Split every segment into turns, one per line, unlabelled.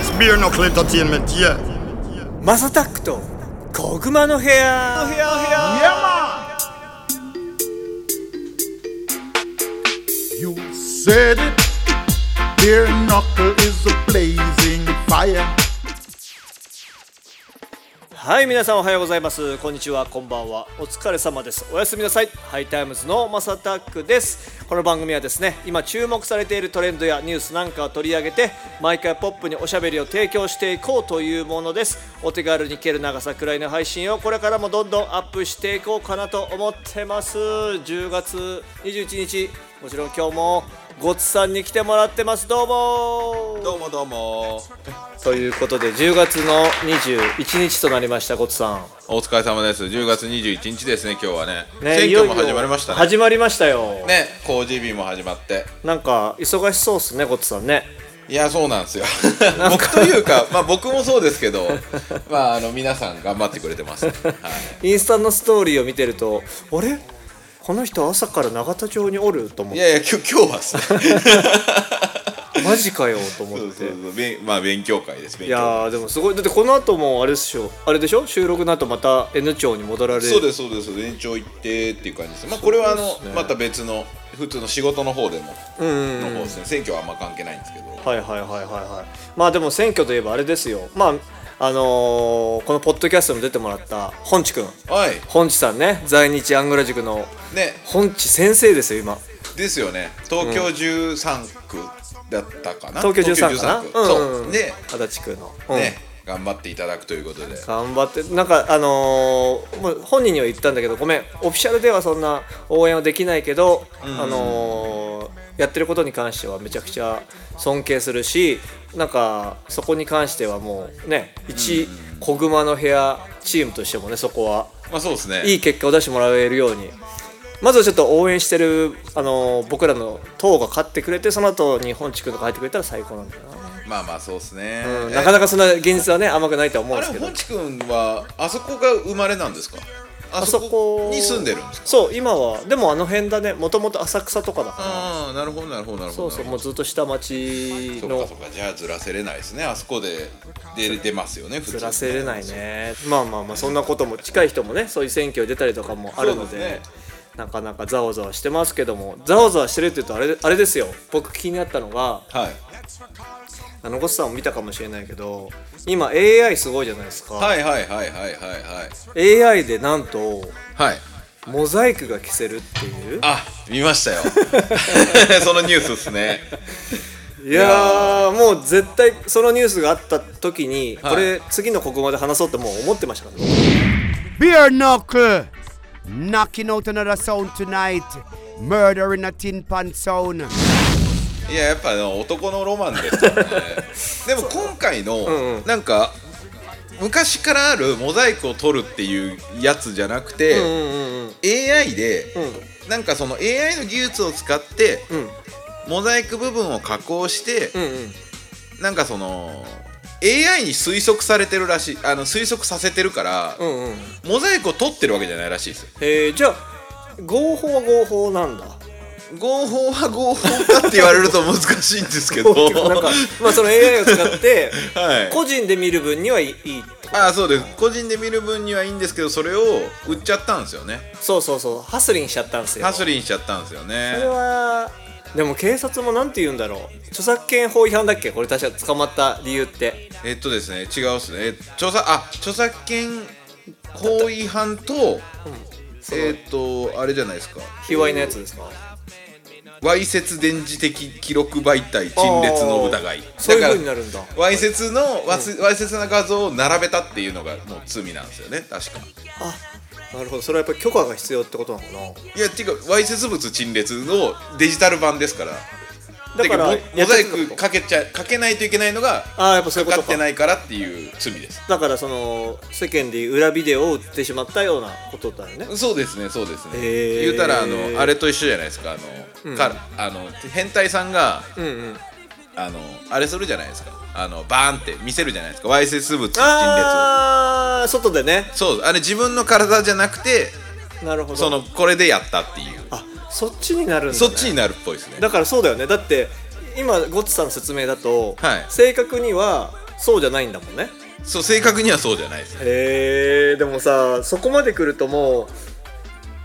Spear knuckle entertainment, yeah.
マサタックと小熊の部屋の部屋の部屋
You said it. Beer knuckle is a blazing fire.
はい皆さんおはようございますこんにちはこんばんはお疲れ様ですおやすみなさいハイタイムズのマサタックですこの番組はですね今注目されているトレンドやニュースなんかを取り上げて毎回ポップにおしゃべりを提供していこうというものですお手軽に聞ける長さくらいの配信をこれからもどんどんアップしていこうかなと思ってます10月21日もちろん今日もごつさんに来てもらってますどうも
どうもどうも
ということで10月の21日となりましたごつさん
お疲れ様です10月21日ですね今日はね
ね
選
いよ
挙
いよ
も始まりましたね
始まりましたよ、
ね工事日も始まって
なんか忙しそうっすねごつさんね
いやそうなんです よ僕というかまあ僕もそうですけどまああの皆さん頑張ってくれてます、はい、
インスタのストーリーを見てるとあれこの人朝から永田町におると思っ
い
て
やいや今日今日はで すね
マジかよと思
そう
っ
そう
て
そうべんまあ勉強会です勉
い
強会
やーでもすごいだってこの後もあれでしょあれでしょ収録の後また N 町に戻られる
そうですそうです延長行ってっていう感じですまあこれはあの、
そうですね
また別の普通の仕事の方でも
うんうん
の
うん
方ですね選挙はあんま関係ないんですけど
はいはいはいはいはいまあでも選挙といえばあれですよまああのーこのポッドキャストにも出てもらった本地くん
はい
本地さんね在日アングラ塾の
ね
本地先生ですよ今
ですよね東京13区だったかな、
東京13かな
東京13区
ん
そう
うん
で、
足立区の、うん
ね頑張っていただくということで
頑張ってなんかあのーもう本人には言ったんだけどごめんオフィシャルではそんな応援はできないけど、あのーやってることに関してはめちゃくちゃ尊敬するしなんかそこに関してはもうね一小熊の部屋チームとしてもねそこは
まあそうですね
いい結果を出してもらえるようにまずはちょっと応援してる、あのー僕らの党が勝ってくれてその後に本地区とか入ってくれたら最高なんだよ
まあまあそうですね、
な、うん、なかな
か
かそんな現実はね甘くないとは思うん
あ
で
れ
すけど
本地君はあそこが生まれなんですかあ
あそ
そ
こ
こに住んでるんですか
そう今はでもあの辺だねもともと浅草とかだから
ああなるほどなるほどなる
そ
ほ
う
ど
そう
な
も
る
うず
ほ
っと下町
どそっ
の
かそっかじゃあずらせれないですねあそこで出出ますよね普通
ずらせれないねまあまあまあそんなことも近い人もねそういう選挙に出たりとかもあるので
そうですね
なかなかざわざわしてますけどもざわざわしてるって言うとあれあれですよ僕気になったのが
はい
あのゴスさんも見たかもしれないけど今 AI すごいじゃないですか、
はいはいはいはいはいはい
AI でなんと
はい
モザイクが消せるっていう
あ見 ましたよ そのニュースですね
いやーもう絶対そのニュースがあった時に、
はい
これ次の国語で話そうってもう思ってましたからね
Beer knuckle. Knocking out another sound tonight. Murdering a tin pan sound.
いややっぱあの男のロマンですよねでも今回の、なんか昔からあるモザイクを取るっていうやつじゃなくて、AI で、なんかその AI の技術を使って、モザイク部分を加工して、なんかその AI に推測されてるらしいあの推測させてるから、モザイクを取ってるわけじゃないらしいですよ
えー、じゃあ合法は合法なんだ
合法は合法かって言われると難しいんです けど
なんか、まあ、その AI を使って、
はい
個人で見る分にはいいいい
ああそうです個人で見る分にはいいんですけどそれを売っちゃったんですよね
そうそうそうハスリンしちゃったんですよ
ハスリンしちゃったんですよね
これはでも警察もなんて言うんだろう著作権法違反だっけこれ確か捕まった理由って
えっとですね違うっすねえ著作あ著作権法違反と
の
えっとあれじゃないですか
卑猥なやつですか
わいせつ電磁的記録媒体陳列の疑い
あーそういう
だから
風になるんだ
わいせつのわすわいせつな画像を並べたっていうのがもう罪なんですよね確か
あなるほどそれはやっぱり許可が必要ってことなのかない
やっていうかわいせつ物陳列のデジタル版ですから
だから
モモザイ
やっちゃってたって
ク
こと
かけちゃかけないといけないのが
あーやっぱそういう
か
こと
か
か
ってないからっていう罪です
だからその世間でいう裏ビデオを売ってしまったようなことだよね
そうですねそうですね、
へー
言うたらあのあれと一緒じゃないですかあの、かあの変態さんが
うんうん
あのあれするじゃないですかあのバーンって見せるじゃないですかわいせつ物陳列を
ああ外でね
そうあれ自分の体じゃなくて
なるほど
そのこれでやったっていう
あそっちになるんだ、ね、
そっちになるっぽいですね
だからそうだよねだって今ゴッツさんの説明だと、
はい
正確にはそうじゃないんだもんね
そう正確にはそうじゃないです
へえでもさそこまで来るともう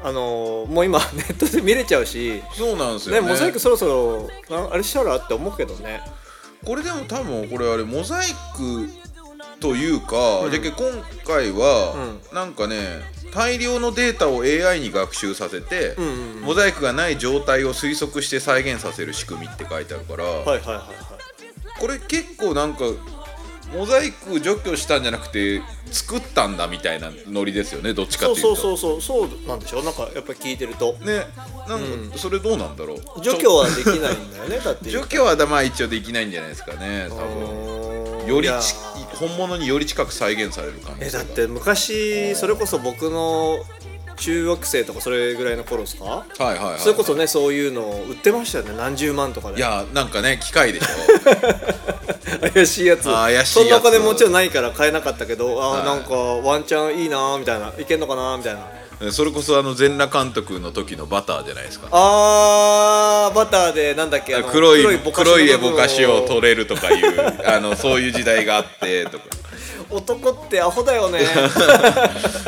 あのーもう今 ネットで見れちゃうし
そうなんですよ
ね
ね
モザイクそろそろなあれしたらって思うけどね
これでも多分これあれモザイクというか、じゃけ今回は、なんかね大量のデータを AI に学習させて、モザイクがない状態を推測して再現させる仕組みって書いてあるから、
はいはいはいはい
これ結構なんかモザイク除去したんじゃなくて作ったんだみたいなノリですよねどっちか
そ
っ
う
ていうと
そうそうそうそうなんでしょなんかやっぱり聞いてると
ねなんかそれどうなんだろう、
除去はできないんだよ ねだって
ちょ除去はだまあ一応できないんじゃないですかね多分
よ
よりち本物により近く再現される可能
え
性
だっ
が
て昔それこそ僕の中学生とかそれぐらいの頃ですか
はいはいはい
それこそねそういうのを売ってましたよね何十万とか
い
で
やなんかね機械でしょ
怪しいやつ
あー怪しい
そ
やつ
んなお金もちろんないから買えなかったけどあ
は
ー
い
なんかワンチャンいいなーみたいないけんのかなーみたいな
それこそあの全裸監督の時のバターじゃないですか
あーバターでなんだっけあの
黒い
ボカシの
黒
部
い
分
エ
を
ボカシを取れるとかいうあのそういう時代があってとか
男ってアホだよね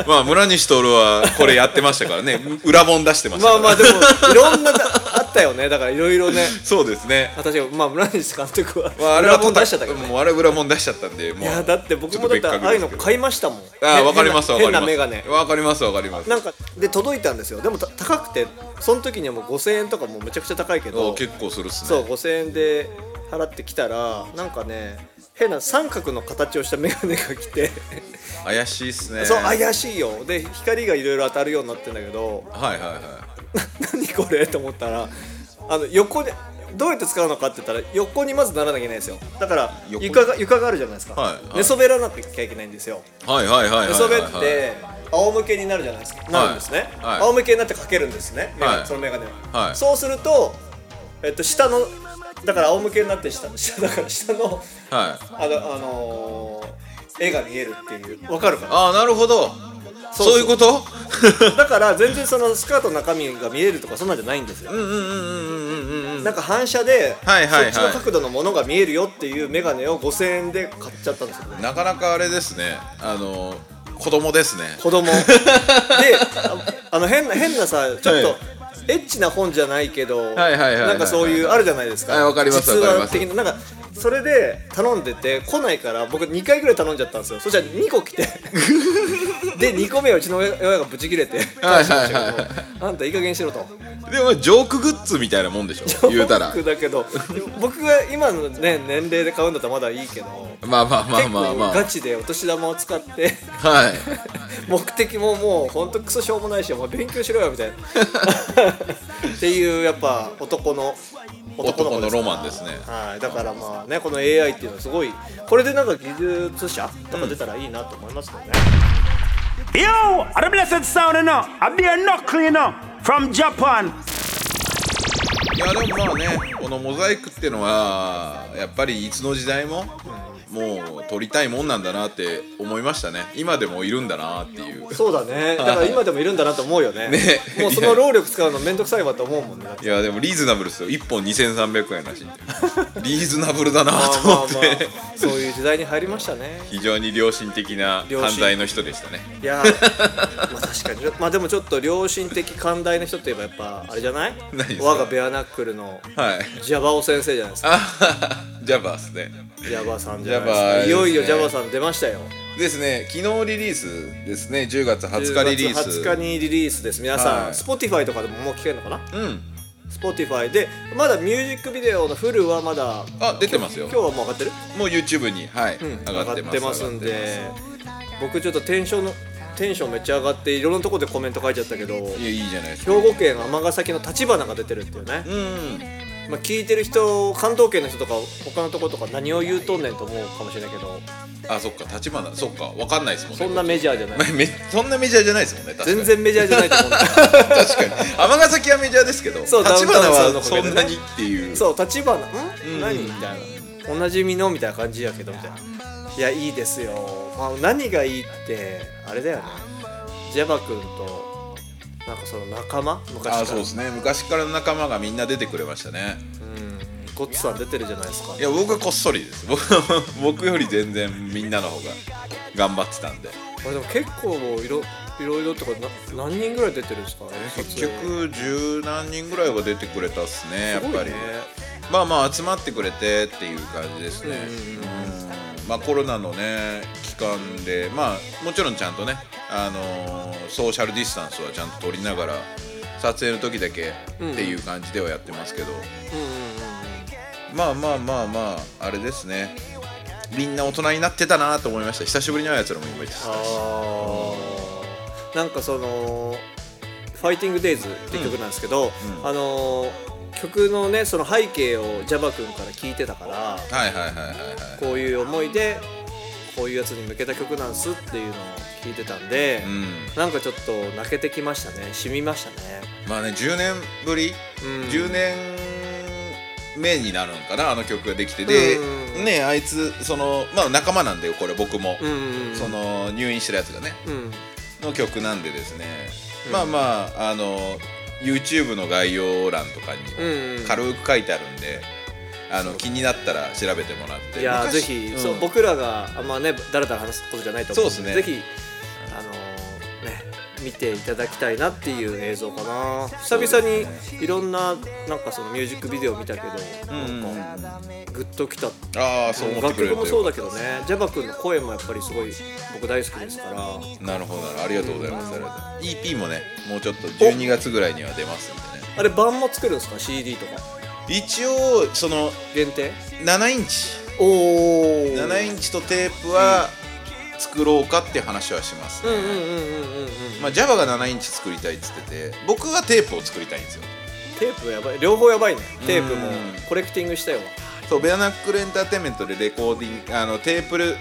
まあ村西徹はこれやってましたか らね裏本出してました
まあ
から
まあでもいろんなあったよねだからいろいろね
そうですね、
私がまあ村西監督は、
まあ、あれ
裏
は
本出しちゃったけどね
もうあれは裏本出しちゃったんでもう
いやだって僕もだって
ちょ
あ
っと別格
あい
で
う
す
の
けど
買いましたもん
ああ
ね
わかりますわかり
変
ま
な変
す
なメガネ
わかりますわかります
なんかで届いたんですよでもた高くてその時にはもう5000円とかもうめちゃくちゃ高いけ
お
ど
結構するっすね
そう5000円で払ってきたらなんかね変な三角の形をしたメガネが来て、
怪しいっすね
そう
はい
怪しいよで光がいろいろ当たるようになってんだけど
はいはい
な何これと思ったらあの横でどうやって使うのかって言ったら横にまずならなきゃいけないんですよだから
横
床が床があるじゃないですか、
はいはい
寝そべらなきゃいけないんですよ
はいはいはいはいはい
寝そべって仰向けになるじゃないですか、なるんですね、
はい
仰向けになってかけるんですね、メガネ
はい
そのメガネを、
はい
そうすると、えっと、下のだから仰向けになって下 下だから下の
はい
あの、あのー絵が見えるっていうわかるか
ああなるほど
そ
そうう
そう
いうこと
なだから全然そのスカートの中身が見えるとかそんなんじゃないんですよ、
うんうんうんうんうんうんうん
なんか反射で、
はいはいはい
そっちの角度のものが見えるよっていうメガネを5000円で買っちゃったんですよね
なかなかあれですねあの子供ですね
子 供でああの変な変なさちょっと、
はい
エッチな本じゃないけど、
はいはいはい
なんかそういうあるじゃないですか。
はいわかります
実
わかり
話
ます
的ななんかそれで頼んでて来ないから僕2回ぐらい頼んじゃったんですよ。そしたら2個 来てで2個目はうちの親親がブチ切れて
はいはいはい
あんたいい加減にしろと。
でもジョークグッズみたいなもんでしょ言うたら
僕だけど僕が今のね年齢で買うんだったらまだいいけど。
まあまあまあまあま
結構ガチでお年玉を使って
あはい
目的ももうほんとクソしょうもないしお前勉強しろよみたい なっていうやっぱ男の
男のロ
ン
マンですね
はい、だからまあねこの AI っていうのはすごいこれでなんか技術者とか出たらいいなと思いますけどね、
Yo, are the blessed sound enough? I be a knuckle, you know, from Japan.
いやでもまあねこのモザイクってのはやっぱりいつの時代ももう撮りたいもんなんだなって思いましたね今でもいるんだなっていう
そうだねだから今でもいるんだなと思うよね
ね
もうその労力使うの面倒くさいわと思うもんね
いやでもリーズナブルですよ1本2300円ら しいんでリーズナブルだな
まあ
と
まあま
思
あ
って、
そういう時代に入りましたね
非常に良心的な
良心
犯罪の人でしたね
いやーまあ確かにまあでもちょっと良心的寛大な人といえばやっぱあれじゃない
何ですか
我がベアナックルの
はい
ジャバオ先生じゃないですか。
あは はジャバーですね
ジャバさんじゃないです
ジャバ
か。
ですね
いよいよジャバさん出ましたよ。
ですね昨日リリースですね10月20
10
日
月
リリース
20日にリリースです。皆さん、
はい
Spotify とかでももう聞けるのかな
うん、
?Spotify で、まだミュージックビデオのフルはまだ、
あ出てますよ
今日はもう上がってる
もう YouTube に、はい上がってます
んで、僕ちょっとテンションの、テンションめっちゃ上がって、いろんなところでコメント書いちゃったけど、
いやいいじゃないですか
兵庫県尼崎の立花が出てるっていうね。
うん
まあ、聞いてる人、関東圏の人とか、他のところとか何を言うとんねんと思うかもしれないけど、
あそっか立花そっかわかんないですもんね
そんなメジャーじゃない
ま。あめそんなメジャーじゃないですもんね確かに
全然メジャーじゃないと思うんだ
確かに 尼崎はメジャーですけど立
そう
花
ダウンタウンさんのおか
は
げ
そ
でね
んなにっていう
そう立花ん何みたいなおなじみのみたいな感じやけどみたいないやいいですよ、まあ、何がいいってあれだよねジャバ君となんかその仲間昔から
あそうですね昔からの仲間がみんな出てくれましたね
うんトッツさん出てるじゃないですか
いや僕はこっそりです僕 僕より全然みんなの方が頑張ってたんで
これでも結構もういろいろいろってかな何人ぐらい出てるんですかね
結局十何人ぐらいは出てくれたっすねやっ
すご
ぱ
い
り
ね
まあまあ集まってくれてっていう感じですねうんまあコロナのね期間でまあもちろんちゃんとねあのーソーシャルディスタンスはちゃんと取りながら撮影の時だけっていう感じではやってますけど、まあまあまあまああれですねみんな大人になってたなと思いました久しぶりに会うやつらもいっぱいいたし
あーなんかその「ファイティング・デイズ」って曲なんですけど、
うん
あのー曲のねその背景をジャバ君から聞いてたから
はいはいはいはいはい
こういう思いでこういうやつに向けた曲なんすっていうのを聞いてたんで、
うん
なんかちょっと泣けてきましたねしみましたね
まあね10年ぶり、
うん
10年目になるんかなあの曲ができてで、
うん
ねあいつそのまあ仲間なんだよこれ僕も、
うんうんうん
その入院してるやつがね
うん
の曲なんでですね、まあまああの YouTube の概要欄とかに
うんうん
軽く書いてあるんで、あの気になったら調べてもらって
いやー
昔
ぜひ、
うん
そう僕らがあんまねだらだら話すことじゃないと思うん
そうですね
ぜひあのーね見ていただきたいなっていう映像かな久々にいろんななんかそのミュージックビデオ見たけど、
うんうん
なんかグッときた
ああそう思って
楽
く
曲
れると
も
よ
そう
か
だけどねジャバ君の声もやっぱりすごい僕大好きですから
なるほどなるほどありがとうございます、ありがとうございます EP もねもうちょっと12月ぐらいには出ますんでね
あれ版も作るんですか CD とか
一応その
限定
7インチ
おお
7インチとテープは作ろうかって話はします、
うんうんうんうんうんうん
まあ、Java が7インチ作りたいっつってて僕はテープを作りたいんですよ
テープやばい両方やばいねテープも
うん
コレクティングしたよ
そうベアナックルエンターテインメントでレコーディングあのテープル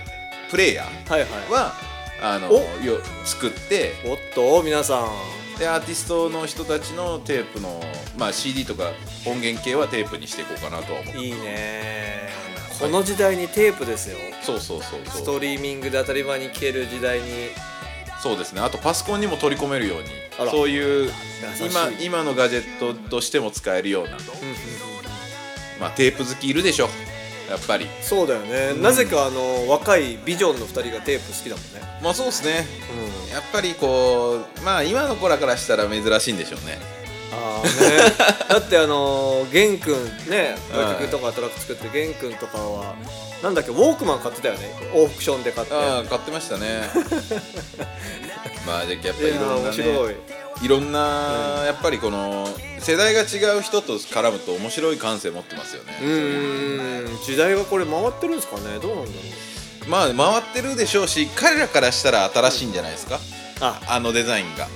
プレイヤー
はいはい
はあの
お
よ作って
おっと皆さん
でアーティストの人たちのテープの、まあ、CD とか音源系はテープにしていこうかなとは思う
いいねこの時代にテープですよ
そうそうそう
ス
そう
トリーミングで当たり前に消える時代に
そうですねあとパソコンにも取り込めるように
あら
そういう
優しい
今今のガジェットとしても使えるようなまあテープ好きいるでしょやっぱり
そうだよね、なぜかあの若いビジョンの2人がテープ好きだもんね
まあそうですね、やっぱりこうまあ今の子らからしたら珍しいんでしょうね
ああね だってあのー玄君ね楽曲とかトラック作って玄君とかはなんだっけウォークマン買ってたよねオークションで買って
ああ買ってましたね まあじゃあやっぱ
い
りい
や
ろんな、ね、
面白い
いろんなやっぱりこの世代が違う人と絡むと面白い感性持ってますよね、
うーん時代がこれ回ってるんですかねどうなんだろう
まあ回ってるでしょうし彼らからしたら新しいんじゃないですか
あ
あのデザインが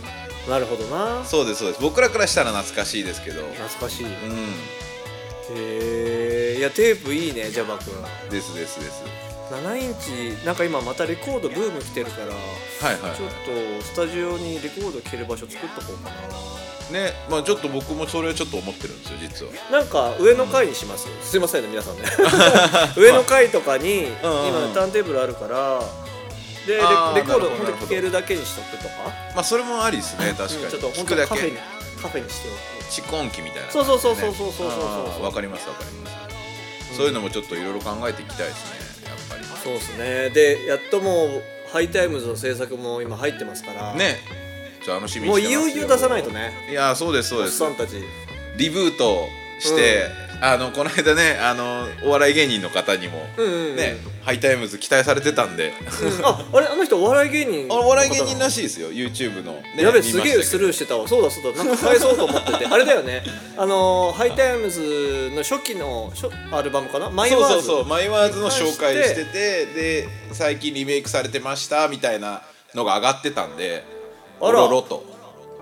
なるほどな
そうですそうです僕らからしたら懐かしいですけどう
懐かしいへ
ん
えいやテープいいねジャバ君
ですですです
7インチなんか今またレコードブーム来てるから
はいはい、
ちょっとスタジオにレコード聴ける場所作っとこうか
ねまあちょっと僕もそれはちょっと思ってるんですよ実は
ななんか上の階にしますすいませんね皆 さんね上の階とかに
うんうんうん
今ターンテーブルあるからでレ
あー
レコード
なるほ
本
ど
当に聴けるだけにしとくとか
まあそれもありですね確か
うん
に
ちょっと
聞
本当
く
に
だ
カフェ
け
にカフェにしておく
蓄音機みたいな
そうそうそう
感じでね
そうそうそうそうそう
あーわかりますわかります、そういうのもちょっといろいろ考えていきたいですねやっぱり
そうですねでやっともうハイタイムズの制作も今入ってますから
ねちょっと楽しみに
もう
して
い
ます
よいよ出さないとね
いやーそうですそう
おっ
です
さんたち
リブートして、あのこの間ねあのお笑い芸人の方にも、
うんうんうん
ねハイタイムズ期待されてたんで、
ああれあの人お笑い芸人
あお笑い芸人らしいですよ YouTube の、ね、
やべ
見
す
ま
げ
したけ
え
ど
スルーしてたわそうだそうだなんか返そうと思って てあれだよねあのーハイタイムズの初期の初アルバムかなマイワ
そう
ー
そう
ズ
そうマイワーズの紹介しててで最近リメイクされてましたみたいなのが上がってたんで
あら
おろろと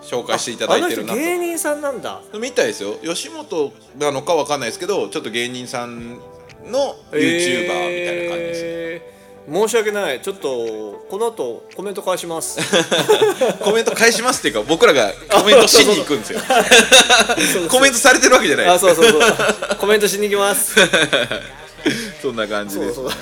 紹介していただいてるな
あの人芸
と
人さんなんだ
みたいですよ吉本なのかわかんないですけどちょっと芸人さんの YouTuber みたいな感じですね、
えー申し訳ないちょっとこの後コメント返します
コメント返しますっていうか僕らがコメントしに行くん ですよコメントされてるわけじゃない
あそうそうそうコメントしに行きます
そんな感じ
そ
で
う
す
そう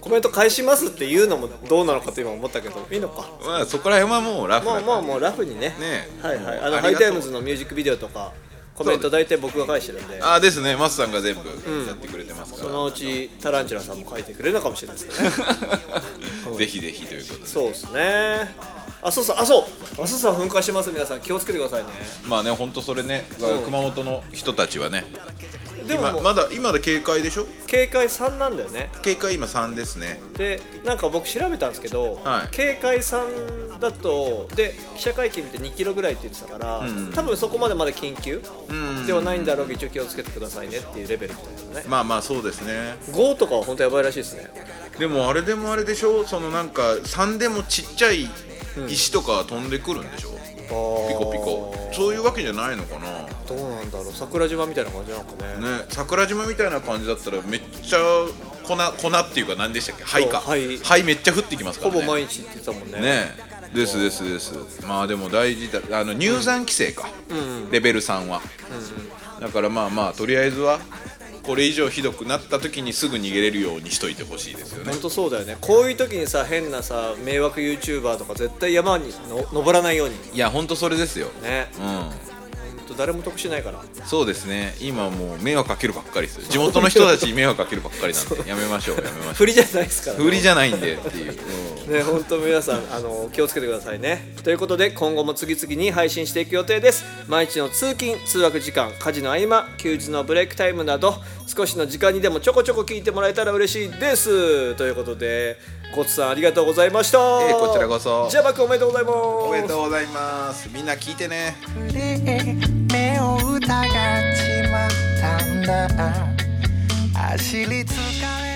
コメント返しますっていうのもどうなのかと今思ったけどいいのか
まあそこら辺はもうラフな
まあ
感じ
まあもうラフにね
ねえ
はいはい
もう
あの
あ
ハ
り
イ
がと
タ
う
イムズのミュージックビデオとかコメント大体僕が返してるんで
ああですねマスさんが全部やってくれてますか
そ
ら、
のうちタランチュラさんも書いてくれるのかもしれないですけどね
ぜひぜひということで
そうですねあそうそうあそうあそうさん噴火してます皆さん気をつけてくださいね
まあね本当それね、熊本の人たちはね
でも
今
もう
まだ今だ警戒でしょ
警戒3なんだよね
警戒今3ですね
でなんか僕調べたんですけど、
はい
警戒3だとで記者会見見て2キロぐらいって言ってたから、多分そこまでまだ緊急ではないんだろうけど一応気をつけてくださいねっていうレベルみたいなね
まあまあそうですね
5とかは本当やばいらしいですね
でもあれでもあれでしょそのなんか3でもちっちゃい石とか飛んでくるんでしょ、
ピ
ピコ
コ
ピコそういうわけじゃないのかな
どうなんだろう桜島みたいな感じなのかね
ね桜島みたいな感じだったらめっちゃ粉粉っていうか何でしたっけ灰か
そう灰
灰めっちゃ降ってきますか
ほ
らね
ぼ毎日って言ってたもんね
ねですですですまあでも大事だあの入山規制か、レベル3は、だからまあまあとりあえずはこれ以上ひどくなった時にすぐ逃げれるようにしといてほしいですよね
本当そうだよねこういう時にさ変なさ迷惑 YouTuber とか絶対山にの登らないように
いやほんとそれですよ、
ね
う
ほんと誰も得しないから
んそうですね今もう迷惑かけるばっかりですよ地元の人たちに迷惑かけるばっかりなんでやめましょうやめましょ
振りじゃないですから
う不利じゃないんでっていう、うん
ね、本当皆さんあの気をつけてくださいねということで今後も次々に配信していく予定です毎日の通勤通学時間家事の合間休日のブレイクタイムなど少しの時間にでもちょこちょこ聞いてもらえたら嬉しいですということでコツさんありがとうございました、
ええこちらこそ
じゃあバックおめでとうございます
おめでとうございますみんな聞いてね
目を疑っちまったんだ走り疲れ